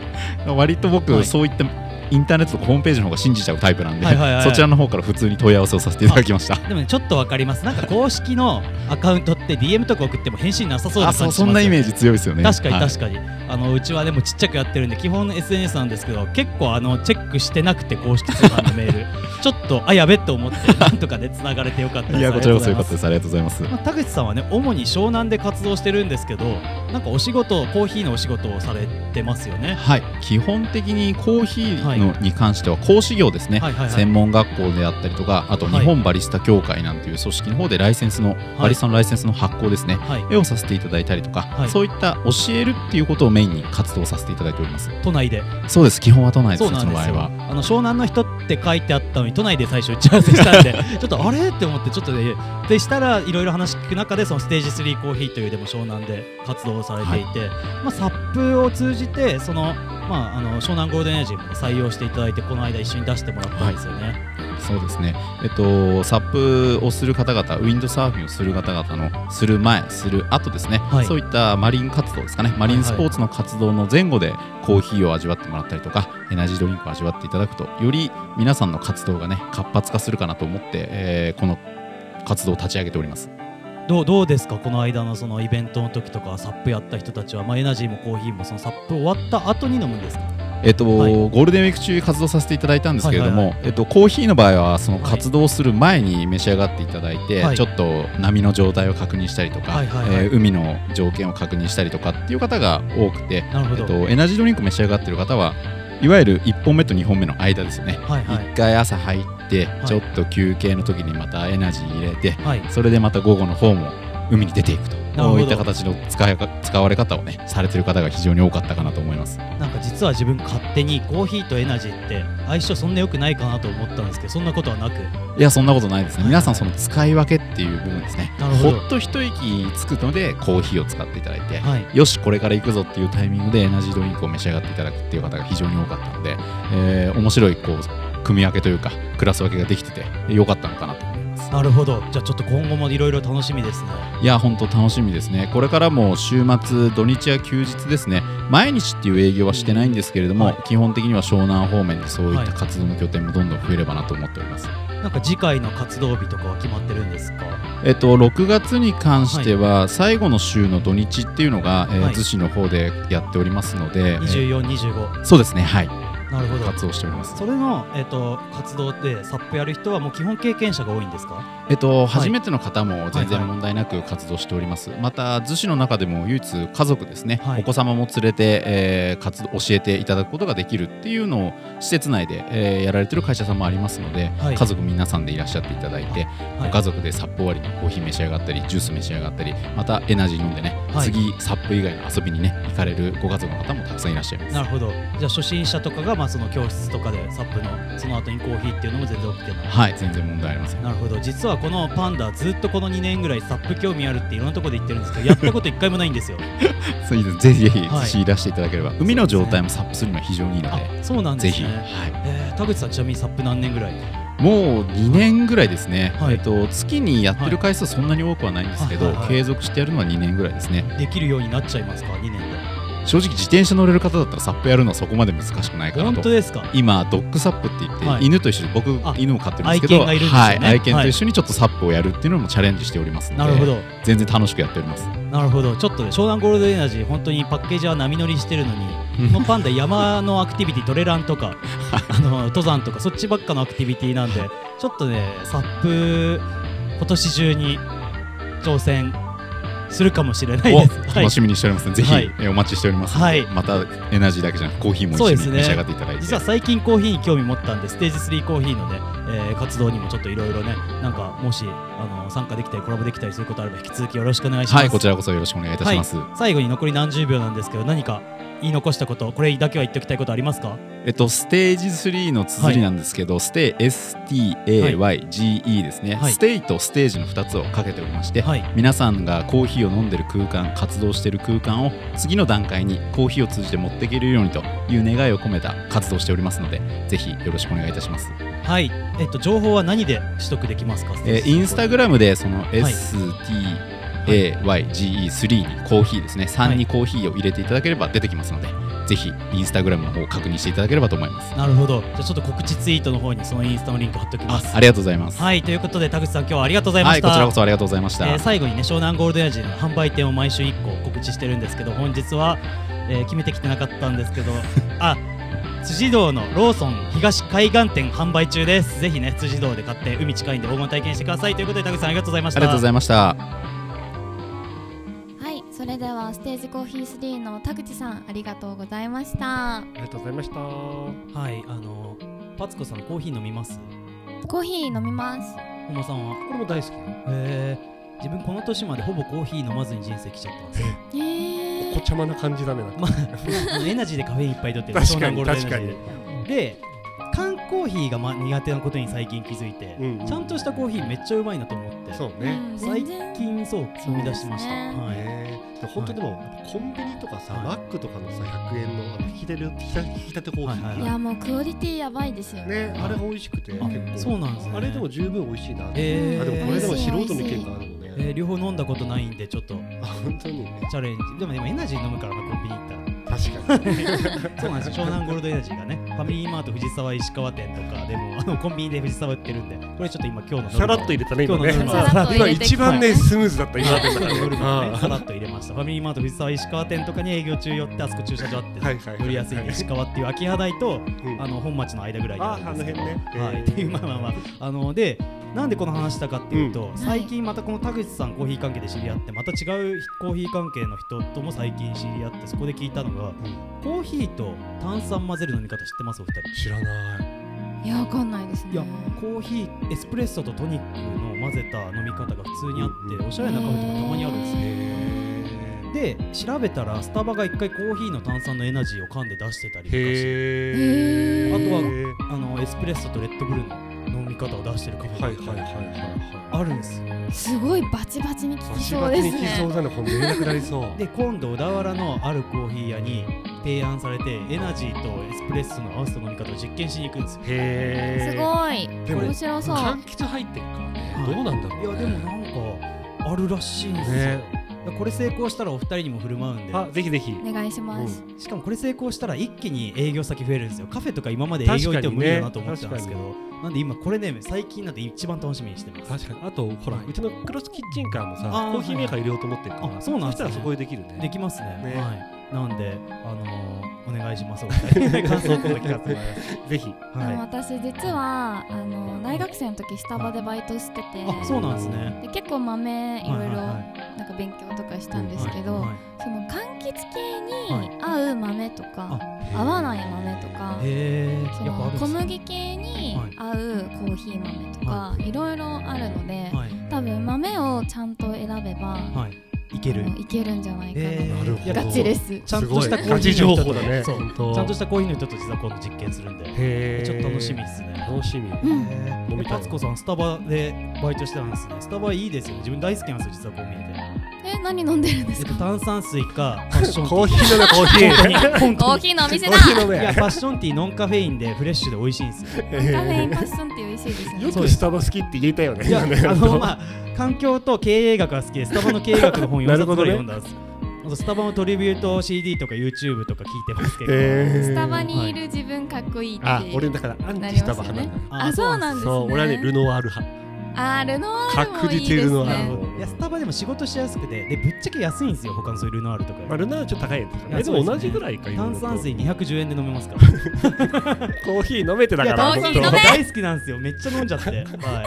[SPEAKER 5] 割と僕、
[SPEAKER 3] はい
[SPEAKER 5] そういったインターネットとかホームページの方が信じちゃうタイプなんで、
[SPEAKER 3] はいはいはい
[SPEAKER 5] そちらの方から普通に問い合わせをさせていただきました
[SPEAKER 3] でもねちょっとわかりますなんか公式のアカウントって DM とか送っても返信なさそうな
[SPEAKER 5] あ
[SPEAKER 3] 感じし
[SPEAKER 5] そ
[SPEAKER 3] ますよね
[SPEAKER 5] うそんなイメージ強いですよね
[SPEAKER 3] 確かに
[SPEAKER 5] はい
[SPEAKER 3] 確かに、あのうちはでもちっちゃくやってるんで基本 SNS なんですけど結構あのチェックしてなくて公式通販のメールちょっとあやべって思ってなんとかねつながれてよかったです
[SPEAKER 5] いやこちらこそよかった
[SPEAKER 3] ありがとうございま
[SPEAKER 5] ですすありがとうございます
[SPEAKER 3] まあ、田口さんはね主に湘南で活動してるんですけどなんかお仕事コーヒーのお仕事をされてますよね
[SPEAKER 5] はい、基本的にコーヒーのに関しては講師業ですね、
[SPEAKER 3] はいはいはい
[SPEAKER 5] 専門学校であったりとかあと
[SPEAKER 3] はい
[SPEAKER 5] 日本バリスタ協会なんていう組織の方でライセンスの、バリスタのライセンスの発行ですね
[SPEAKER 3] はい
[SPEAKER 5] 絵をさせていただいたりとか、
[SPEAKER 3] はい
[SPEAKER 5] そういった教えるっていうことをメインに活動させていただいております
[SPEAKER 3] 都内で
[SPEAKER 5] そうです基本は都内で
[SPEAKER 3] そう
[SPEAKER 5] す
[SPEAKER 3] な
[SPEAKER 5] ねそ
[SPEAKER 3] ん
[SPEAKER 5] の
[SPEAKER 3] で
[SPEAKER 5] 場
[SPEAKER 3] す
[SPEAKER 5] 合
[SPEAKER 3] よ
[SPEAKER 5] は
[SPEAKER 3] あの湘南の人って書いてあったのに都内で最初打ち合わせしたんで ちょっとあれって思ってちょっとねでしたらいろいろ話聞く中でそのステージ3コーヒーというでも湘南で活動をされていて、まあ、サップを通じてその、まあ、あの湘南ゴールデンエナジーもね採用していただいてこの間一緒に出してもらったんですよね、
[SPEAKER 5] そうですねえっとサップをする方々ウィンドサーフィンをする方々のする前する後ですね、
[SPEAKER 3] はい
[SPEAKER 5] そういったマリン活動ですかねマリンスポーツの活動の前後でコーヒーを味わってもらったりとかエナジードリンクを味わっていただくとより皆さんの活動がね活発化するかなと思って、えーこの活動を立ち上げております
[SPEAKER 3] どうどうですかこの間のそのイベントの時とかサップやった人たちは、まあ、エナジーもコーヒーもそのサップ終わった後に飲むんですか
[SPEAKER 5] えっと、
[SPEAKER 3] はい
[SPEAKER 5] ゴールデンウィーク中活動させていただいたんですけれども、
[SPEAKER 3] はい
[SPEAKER 5] えっと、コーヒーの場合はその
[SPEAKER 3] はい
[SPEAKER 5] 活動する前に召し上がっていただいて、
[SPEAKER 3] はい
[SPEAKER 5] ちょっと波の状態を確認したりとか、
[SPEAKER 3] はいはいはい
[SPEAKER 5] えー海の条件を確認したりとかっていう方が多くて、
[SPEAKER 3] なるほ
[SPEAKER 5] え
[SPEAKER 3] ど、
[SPEAKER 5] っと、エナジードリンク召し上がってる方はいわゆる1本目と2本目の間ですよね、
[SPEAKER 3] はい
[SPEAKER 5] 一
[SPEAKER 3] はい
[SPEAKER 5] 1回朝入って、
[SPEAKER 3] い
[SPEAKER 5] ちょっと休憩の時にまたエナジー入れて
[SPEAKER 3] はい
[SPEAKER 5] それでまた午後の方も海に出ていくと
[SPEAKER 3] るほど
[SPEAKER 5] こういった形の使いか使われ方をねされてる方が非常に多かったかなと思います。
[SPEAKER 3] なんか実は自分勝手にコーヒーとエナジーって相性そんな良くないかなと思ったんですけどそんなことはなく
[SPEAKER 5] いやそんなことないですね。
[SPEAKER 3] はい
[SPEAKER 5] 皆さんその使い分けっていう部分ですね。
[SPEAKER 3] なるほど
[SPEAKER 5] っと一息つくのでコーヒーを使っていただいて、
[SPEAKER 3] はい
[SPEAKER 5] よしこれから行くぞっていうタイミングでエナジードリンクを召し上がっていただくっていう方が非常に多かったので、えー面白いこう組み分けというかクラス分けができてて良かったのかなと思います。
[SPEAKER 3] なるほどじゃあちょっと今後もいろいろ楽しみですね
[SPEAKER 5] いや本当楽しみですね。これからも週末土日や休日ですね毎日っていう営業はしてないんですけれども、
[SPEAKER 3] はい
[SPEAKER 5] 基本的には湘南方面でそういっ
[SPEAKER 3] はい
[SPEAKER 5] た活動の拠点もどんどん増えればなと思っております。
[SPEAKER 3] なんか次回の活動日とかは決まってるんですか
[SPEAKER 5] えっと、6月に関しては、最後の週の土日っていうのが、えー
[SPEAKER 3] はい
[SPEAKER 5] 逗子の方でやっておりますので、えー
[SPEAKER 3] 2425
[SPEAKER 5] そうですね、はい、
[SPEAKER 3] なるほど
[SPEAKER 5] 活動しております。
[SPEAKER 3] それの、えっと活動でサップやる人はもう基本経験者が多いんですか
[SPEAKER 5] えっと、初めての方も全
[SPEAKER 3] はいは
[SPEAKER 5] 然
[SPEAKER 3] い
[SPEAKER 5] 問題なく活動しております。また、逗子の中でも唯一家族ですね、
[SPEAKER 3] はい
[SPEAKER 5] お子様も連れて、えー活動教えていただくことができるっていうのを施設内で、えーやられてる会社さんもありますので、
[SPEAKER 3] はい
[SPEAKER 5] 家族皆さんでいらっしゃっていただいて、
[SPEAKER 3] は
[SPEAKER 5] ご家族でサップ終わりにコーヒー召し上がったりジュース召し上がったりまたエナジー飲んでね、
[SPEAKER 3] はい
[SPEAKER 5] 次サップ以外の遊びにね行かれるご家族の方もたくさんいらっしゃいます
[SPEAKER 3] なるほどじゃあ初心者とかがまあその教室とかでサップのその後にコーヒーっていうのも全然 OK なの
[SPEAKER 5] はい全然問題ありません
[SPEAKER 3] なるほど実はこのパンダずっとこの2年ぐらいサップ興味あるっていろんなところで言ってるんですけどやったこと一回もないんですよ
[SPEAKER 5] そういいですぜひぜひ
[SPEAKER 3] はい
[SPEAKER 5] 差し出していただければ、海の状態もサップするには非常にいいの
[SPEAKER 3] あ
[SPEAKER 5] で
[SPEAKER 3] そうなん
[SPEAKER 5] ぜ
[SPEAKER 3] です
[SPEAKER 5] ひ、
[SPEAKER 3] ね
[SPEAKER 5] は
[SPEAKER 3] えー、田口さんちなみにサップ何年ぐらい
[SPEAKER 5] い、もう2年ぐらいですね、
[SPEAKER 3] はい
[SPEAKER 5] えっと、月にやってる回数はそんなに多くはないんですけど、
[SPEAKER 3] はいはいはい
[SPEAKER 5] 継続してやるのは2年ぐらいですね
[SPEAKER 3] できるようになっちゃいますか2年
[SPEAKER 5] 正直自転車乗れる方だったらサップやるのはそこまで難しくない
[SPEAKER 3] で
[SPEAKER 5] かな
[SPEAKER 3] 本
[SPEAKER 5] と
[SPEAKER 3] 当ですか
[SPEAKER 5] 今ドッグサップって言って、
[SPEAKER 3] はい
[SPEAKER 5] 犬と一緒に僕
[SPEAKER 3] あ
[SPEAKER 5] 犬も飼ってるんですけど
[SPEAKER 3] 愛犬がいるんですよね
[SPEAKER 5] はい、愛犬
[SPEAKER 3] は
[SPEAKER 5] と
[SPEAKER 3] い
[SPEAKER 5] 一緒にちょっとサップをやるっていうのもチャレンジしておりますので
[SPEAKER 3] なるほど、
[SPEAKER 5] 全然楽しくやっております
[SPEAKER 3] なるほどちょっと湘南ゴールドエナジー本当にパッケージは波乗りしてるのにこのパンダ山のアクティビティトレランと かあの登山とかそっちばっかのアクティビティなんでちょっとねサップ今年中に挑戦するかもしれない
[SPEAKER 5] お
[SPEAKER 3] です。はい
[SPEAKER 5] 楽しみにしておりますので、
[SPEAKER 3] は
[SPEAKER 5] ぜ
[SPEAKER 3] い
[SPEAKER 5] ひ、えーお待ちしておりますので、
[SPEAKER 3] はい
[SPEAKER 5] またエナジーだけじゃなくコーヒーも
[SPEAKER 3] そう
[SPEAKER 5] 一
[SPEAKER 3] です
[SPEAKER 5] 緒に
[SPEAKER 3] ね
[SPEAKER 5] 召し上がっていただいて、
[SPEAKER 3] 実は最近コーヒーに興味持ったんでステージ3コーヒーのね、えー活動にもちょっといろいろねなんかもしあの参加できたりコラボできたりすることあれば引き続きよろしくお願いします。
[SPEAKER 5] はいこちらこそよろしくお願いいたします、
[SPEAKER 3] 最後に残り何十秒なんですけど何か言い残したことこれだけは言っておきたいことありますか
[SPEAKER 5] えっとステージ3の綴りなんですけど、ステイ STAYGE ですね、
[SPEAKER 3] はい
[SPEAKER 5] ステイとステージの2つをかけておりまして、
[SPEAKER 3] はい
[SPEAKER 5] 皆さんがコーヒーを飲んでる空間活動してる空間を次の段階にコーヒーを通じて持っていけるようにという願いを込めた活動をしておりますのでぜひよろしくお願いいたします、
[SPEAKER 3] はいえっと情報は何で取得できますか
[SPEAKER 5] えーインスタグラムでその
[SPEAKER 3] い
[SPEAKER 5] STAYGE3 にコーヒーですね3にコーヒーを入れていただければ出てきますので、ぜひインスタグラムの方を確認していただければと思います
[SPEAKER 3] なるほどじゃあちょっと告知ツイートの方にそのインスタのリンク貼っておきま
[SPEAKER 5] あ
[SPEAKER 3] す
[SPEAKER 5] ありがとうございます
[SPEAKER 3] はいということで田口さん今日はありがとうございま
[SPEAKER 5] はい
[SPEAKER 3] した、
[SPEAKER 5] こちらこそありがとうございました、
[SPEAKER 3] えー最後にね湘南ゴールドエナジーの販売店を毎週1個告知してるんですけど本日は、えー決めてきてなかったんです けどあ辻堂のローソン東海岸店販売中ですぜひね辻堂で買って海近いんで黄金体験してくださいということで田口さんありがとうございまし
[SPEAKER 5] あ
[SPEAKER 3] た
[SPEAKER 5] りがとうございました
[SPEAKER 1] はいそれではステージコーヒー3の田口さんありがとうございました
[SPEAKER 2] りがとうございました。
[SPEAKER 3] はい、あのパツコさんコーヒー飲みます。
[SPEAKER 1] コーヒー飲みます
[SPEAKER 3] ほもさんは。
[SPEAKER 2] これも大好きよ。
[SPEAKER 3] えー、自分この年までほぼコーヒー飲まずに人生来ちゃっ たんですよ。
[SPEAKER 1] えー
[SPEAKER 2] お、茶まな感じだね。なんか
[SPEAKER 3] まあ、あのエナジーでカフェインいっぱい取ってる。
[SPEAKER 2] 確か
[SPEAKER 3] 湘南ゴ
[SPEAKER 2] に
[SPEAKER 3] ールデ
[SPEAKER 2] 確
[SPEAKER 3] ン
[SPEAKER 2] か
[SPEAKER 3] エナ
[SPEAKER 2] に
[SPEAKER 3] ジ。ーで。で、缶コーヒーがま苦手なことに最近気づいて、
[SPEAKER 2] うんうん
[SPEAKER 3] ちゃんとしたコーヒーめっちゃうまいなと思って。
[SPEAKER 2] そう
[SPEAKER 1] う
[SPEAKER 2] ね。
[SPEAKER 1] ん
[SPEAKER 3] 最
[SPEAKER 1] 全然
[SPEAKER 3] 近そう飲み出しました。
[SPEAKER 1] そうですね
[SPEAKER 3] はい。
[SPEAKER 2] ねえで本当でも、コンビニとかさ、
[SPEAKER 3] はい
[SPEAKER 2] マックとかのさ100円のあの引き立て引き立て引き立てコーヒー、
[SPEAKER 3] はい
[SPEAKER 1] いやもうクオリティやばいですよね
[SPEAKER 2] ねあれが美味しくて
[SPEAKER 3] あ
[SPEAKER 2] 結構
[SPEAKER 3] そうなんですね
[SPEAKER 2] あれでも十分美味しいな、
[SPEAKER 3] えー
[SPEAKER 2] あでもこれでも
[SPEAKER 1] 美味しい
[SPEAKER 2] 素人の意見があるもんね、
[SPEAKER 3] えー両方飲んだことないんでちょっと
[SPEAKER 2] あ本当 にね
[SPEAKER 3] チャレンジでもでもエナジー飲むからなコンビニ行ったら
[SPEAKER 2] 確かに
[SPEAKER 3] そうなんですよ湘南ゴールドエナジーがね、ファミリーマート藤沢石川店とかでもあのコンビニで藤沢売ってるんで、これちょっと今今日の
[SPEAKER 2] さらっと入れたね今ね
[SPEAKER 3] 今日の
[SPEAKER 1] さらっと入れて
[SPEAKER 2] 今一番ね、
[SPEAKER 1] はい
[SPEAKER 2] スムーズだった今の
[SPEAKER 3] 夜
[SPEAKER 2] 中で
[SPEAKER 3] もねさらっと入れました。ファミリーマート藤沢石川店とかに営業中寄ってあそこ駐車場あって、
[SPEAKER 2] はいはいはい
[SPEAKER 3] 乗りやすいんで石川っていう秋葉台と
[SPEAKER 2] うん
[SPEAKER 3] あの本町の間ぐらいにあるんですけど、
[SPEAKER 2] ああの辺ね
[SPEAKER 3] は
[SPEAKER 2] え
[SPEAKER 3] い
[SPEAKER 2] ー
[SPEAKER 3] っていうまあまあまああので。なんでこの話したかっていうと、
[SPEAKER 1] ん
[SPEAKER 3] 最近またこの田口さんコーヒー関係で知り合ってまた違うコーヒー関係の人とも最近知り合ってそこで聞いたのが、コーヒーと炭酸混ぜる飲み方知ってますお二人
[SPEAKER 2] 知らない
[SPEAKER 1] いやわかんないですね
[SPEAKER 3] いやコーヒーエスプレッソとトニックの混ぜた飲み方が普通にあって、
[SPEAKER 2] うんうん
[SPEAKER 3] おしゃれなカフェとかたまにあるんですね
[SPEAKER 2] へ
[SPEAKER 3] で調べたらスタバが一回コーヒーの炭酸のエナジーを噛んで出してたりとかして
[SPEAKER 2] へ
[SPEAKER 1] へ
[SPEAKER 2] え
[SPEAKER 1] ー
[SPEAKER 3] あとあのエスプレッソとレッドブルの飲み方を出してるカフェ
[SPEAKER 2] はいはい
[SPEAKER 3] と
[SPEAKER 2] はい
[SPEAKER 3] か
[SPEAKER 2] はいはい
[SPEAKER 3] あるんですよ
[SPEAKER 1] すごいバチバチに効
[SPEAKER 2] バ
[SPEAKER 1] き
[SPEAKER 2] チ
[SPEAKER 1] そう
[SPEAKER 2] バ
[SPEAKER 1] で
[SPEAKER 2] チ
[SPEAKER 1] す
[SPEAKER 2] にきそう
[SPEAKER 1] ね
[SPEAKER 2] だねこれ寝れなくなりそう
[SPEAKER 3] で今度小田原のあるコーヒー屋に提案されてエナジーとエスプレッソの合わせた飲み方を実験しに行くんですよ
[SPEAKER 2] へー
[SPEAKER 1] すごい
[SPEAKER 2] でも
[SPEAKER 1] 面白そう
[SPEAKER 2] 柑橘入ってるからね
[SPEAKER 3] はい
[SPEAKER 2] どうなんだろう
[SPEAKER 3] いやでもなんかあるらしいんですよ、
[SPEAKER 2] ね
[SPEAKER 3] これ成功したらお二人にも振る舞うんで
[SPEAKER 2] あぜひぜひ
[SPEAKER 1] お願いします、
[SPEAKER 3] しかもこれ成功したら一気に営業先増えるんですよカフェとか今まで営
[SPEAKER 2] 確かにね
[SPEAKER 3] 業行っても無理だなと思ってたんですけど、
[SPEAKER 2] 確
[SPEAKER 3] なんで今これね最近なんて一番楽しみにしてます
[SPEAKER 2] 確かにあとほら
[SPEAKER 3] はいう
[SPEAKER 2] ちのクロスキッチンカーもさ
[SPEAKER 3] あー
[SPEAKER 2] コーヒーメーカー入れようと思ってるから
[SPEAKER 3] あそうなん
[SPEAKER 2] そし
[SPEAKER 3] です
[SPEAKER 2] た
[SPEAKER 3] ね
[SPEAKER 2] らそこでできるね
[SPEAKER 3] できますね
[SPEAKER 2] ね
[SPEAKER 3] はいなんであのー、お願い しますお二人感想を今度聞かせてもらいます
[SPEAKER 2] ぜひ
[SPEAKER 1] でも
[SPEAKER 3] は
[SPEAKER 1] 私実はあの大学生の時スタバでバイトしてて
[SPEAKER 3] いあそうなんですね
[SPEAKER 1] で結構豆いろいろ
[SPEAKER 3] は
[SPEAKER 1] なんか勉強とかしたんですけ
[SPEAKER 3] は
[SPEAKER 1] ど
[SPEAKER 3] いはい
[SPEAKER 1] その柑橘系
[SPEAKER 3] は
[SPEAKER 1] に合う豆とか合わない豆とかその
[SPEAKER 3] へえやっぱあるんで
[SPEAKER 1] 小
[SPEAKER 3] すね
[SPEAKER 1] 麦系に合うコーヒー豆とか
[SPEAKER 3] はい
[SPEAKER 1] ろいろあるので
[SPEAKER 3] はい
[SPEAKER 1] 多分豆をちゃんと選べば
[SPEAKER 3] はいいいける
[SPEAKER 1] もういけるんじゃないかな、
[SPEAKER 3] え
[SPEAKER 2] なるほど
[SPEAKER 3] いや
[SPEAKER 1] ガチです
[SPEAKER 3] ちゃんとしたコ
[SPEAKER 2] すごい
[SPEAKER 3] ーヒーの
[SPEAKER 2] ガ
[SPEAKER 3] 人と
[SPEAKER 2] チ情報だね
[SPEAKER 3] そう
[SPEAKER 2] 本当
[SPEAKER 3] ちゃんとしたコーヒーの人と実は今度実験するんで
[SPEAKER 2] へー
[SPEAKER 3] ちょっと楽しみですね
[SPEAKER 2] 楽しみ。
[SPEAKER 1] うん
[SPEAKER 2] 飲みたい
[SPEAKER 3] パツコさんスタバでバイトしてたんですねスタバいいですよね自分大好きなんですよ実はこう見えて
[SPEAKER 1] え何飲んでるんで
[SPEAKER 3] え
[SPEAKER 1] す
[SPEAKER 3] っと
[SPEAKER 1] か
[SPEAKER 3] 炭酸水かファッションティー
[SPEAKER 2] コーヒーのね、コーヒー。
[SPEAKER 3] 本
[SPEAKER 1] コ
[SPEAKER 3] 当
[SPEAKER 1] ー
[SPEAKER 3] に
[SPEAKER 1] ヒーのお店
[SPEAKER 2] コ
[SPEAKER 1] だ
[SPEAKER 2] ーヒーの
[SPEAKER 3] いや
[SPEAKER 2] ね
[SPEAKER 3] ファッションティーノンカフェインでフレッシュで美味しいんですよ。
[SPEAKER 1] カフェインファッションって美味しいですよね
[SPEAKER 2] よくスタバ好きって言えたよね。
[SPEAKER 3] いや
[SPEAKER 2] 今ね
[SPEAKER 3] あのまあ環境と経営学が好きでスタバの経営学の本
[SPEAKER 2] な
[SPEAKER 3] 4
[SPEAKER 2] る
[SPEAKER 3] 冊
[SPEAKER 2] ほど
[SPEAKER 3] ぐら
[SPEAKER 2] ね
[SPEAKER 3] い読んだんです。あとスタバのトリビュート CD とか YouTube とか聞いてますけど、
[SPEAKER 2] へー
[SPEAKER 1] スタバにいる自分かっこいいって、
[SPEAKER 2] あ、俺だからアンチスタバ派なんだ
[SPEAKER 1] な
[SPEAKER 3] あ
[SPEAKER 1] あそうなんですね
[SPEAKER 2] そう、俺はね、ルノワール派。
[SPEAKER 1] あールノワールも
[SPEAKER 2] 確
[SPEAKER 1] いい
[SPEAKER 2] 実
[SPEAKER 1] で
[SPEAKER 2] ル
[SPEAKER 1] す
[SPEAKER 2] ノワ
[SPEAKER 3] なる
[SPEAKER 1] ね
[SPEAKER 2] ー
[SPEAKER 3] ほどいやスタバでも仕事しやすくてでぶっちゃけ安いんですよ他のそういうルノアールとかより、
[SPEAKER 2] まあ、ルノワールちょっと高いやつだ
[SPEAKER 3] い
[SPEAKER 2] ね。
[SPEAKER 3] や
[SPEAKER 2] で
[SPEAKER 3] そうで
[SPEAKER 2] も
[SPEAKER 3] すね
[SPEAKER 2] 同じぐらいか、色
[SPEAKER 3] 炭
[SPEAKER 2] 々と
[SPEAKER 3] 酸水210円で飲めますから
[SPEAKER 2] コーヒー飲めてだか
[SPEAKER 1] いや
[SPEAKER 2] ら、
[SPEAKER 1] コー
[SPEAKER 2] 本
[SPEAKER 1] ヒー飲
[SPEAKER 2] 当
[SPEAKER 1] め
[SPEAKER 3] 大好きなんですよめっちゃ飲んじゃって は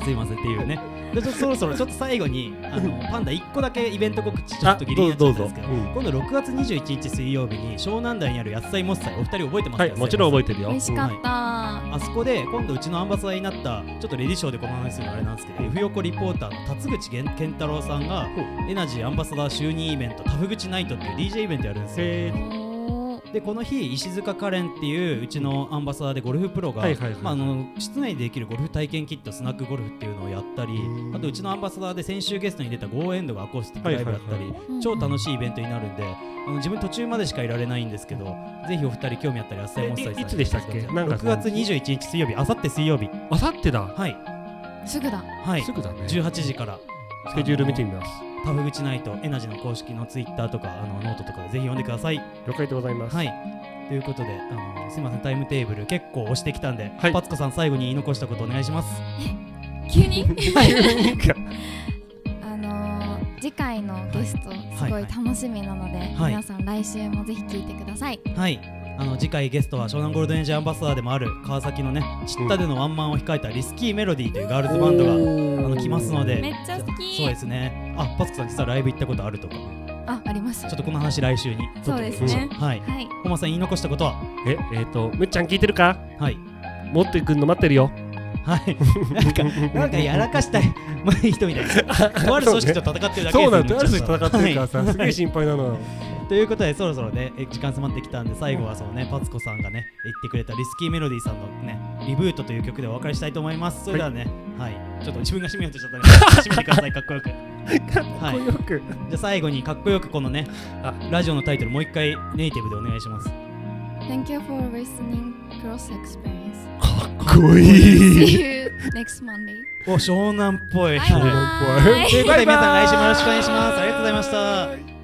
[SPEAKER 3] いすいませんっていうねでちょっとそろそろちょっと最後にあのパンダ1個だけイベント告知ちょっとギリギリになっちゃったんですけど
[SPEAKER 2] あどうぞどう
[SPEAKER 3] 今度6月21日水曜日に湘南台にある野菜もっさいお二人覚えてますか、
[SPEAKER 2] はい、もちろん覚え
[SPEAKER 3] て
[SPEAKER 2] てるよ。
[SPEAKER 1] 美味しかった
[SPEAKER 3] あそこで今度うちのアンバサダーになったちょっとレディショーでこの話するのあれなんですけど F 横リポーターの辰口健健太郎さんがエナジーアンバサダー就任イベントタフ口ナイトっていう DJ イベントやるんですよ
[SPEAKER 2] へ
[SPEAKER 1] お
[SPEAKER 2] ー
[SPEAKER 1] ー
[SPEAKER 3] でこの日石塚カレンっていううちのアンバサダーでゴルフプロが、
[SPEAKER 2] はいはいはい
[SPEAKER 3] まあ、あの室内でできるゴルフ体験キットスナックゴルフっていうのをやったり
[SPEAKER 2] うん
[SPEAKER 3] あとうちのアンバサダーで先週ゲストに出たゴーエンドがアコースティックライブだったり、
[SPEAKER 2] はいはい
[SPEAKER 3] 超楽
[SPEAKER 1] し
[SPEAKER 3] しいイベントになるんであの自分途中までしかいられないんですけどぜひお二人興味あったら野菜もっさ
[SPEAKER 2] えいいつでしたっけなんか
[SPEAKER 3] 6月21日水曜日あさって水曜日
[SPEAKER 2] あさってだ。
[SPEAKER 3] はい
[SPEAKER 1] いすぐだ
[SPEAKER 3] はい
[SPEAKER 2] すぐだね。ス
[SPEAKER 3] 18時から
[SPEAKER 2] ケジュール見てみます。
[SPEAKER 3] タフ口ナイトエナジーの公式のツイッターとかあのノートとかでぜひ読んでください
[SPEAKER 2] 了解でございます。
[SPEAKER 3] はい。ということで、あのすみません、タイムテーブル結構押してきたんで、
[SPEAKER 2] はい
[SPEAKER 3] パツコさん最後に言い残したことお願いします。
[SPEAKER 1] 急に
[SPEAKER 2] いや
[SPEAKER 1] あのー次回のゲストすごい楽しみなので、
[SPEAKER 3] はい
[SPEAKER 1] 皆さん来週もぜひ聞いてください、
[SPEAKER 3] はい。あの次回ゲストは湘南ゴールドエンジンアンバサダーでもある川崎のね、チッタでのワンマンを控えたリスキーメロディーというガールズバンドがあの来ますので、
[SPEAKER 1] めっちゃ好き
[SPEAKER 3] そうですね。あ、パツコさん実はライブ行ったことあるとか、ちょ
[SPEAKER 1] ああります
[SPEAKER 3] っとこの話来週に。
[SPEAKER 1] そうですね
[SPEAKER 3] はい。
[SPEAKER 1] はい
[SPEAKER 3] 本間さん言い残したことは、
[SPEAKER 2] え、えっと、むっちゃん聞いてるか
[SPEAKER 3] はい。
[SPEAKER 2] 持ってくんの待ってるよ。
[SPEAKER 3] はい。なんかなんかやらかしたい前人みた いな。とある組織と戦ってるだけです
[SPEAKER 2] そ
[SPEAKER 3] よ
[SPEAKER 2] うなんだよ。ある種
[SPEAKER 3] ちょ
[SPEAKER 2] 戦
[SPEAKER 3] っと
[SPEAKER 2] ってるから
[SPEAKER 3] は
[SPEAKER 2] さ、
[SPEAKER 3] い
[SPEAKER 2] すげえ心配なの。
[SPEAKER 3] ということでそろそろねえ時間迫ってきたんで最後はそうねパツコさんがね言ってくれたリスキーメロディーさんのねリブートという曲でお別れしたいと思いますそれではねはい、ちょっと自分が締めようとしちゃったので締めてくださいかっこよく
[SPEAKER 2] かっこよく。
[SPEAKER 3] じゃあ最後にかっこよくこのね
[SPEAKER 2] あ
[SPEAKER 3] ラジオのタイトルもう一回ネイティブでお願いします
[SPEAKER 1] Thank you for listening cross experience
[SPEAKER 2] かっこい
[SPEAKER 1] See you next Monday
[SPEAKER 3] お湘南っぽい
[SPEAKER 1] バイバーイ
[SPEAKER 3] ということで皆さん来週もよろしくお願いしますありがとうございました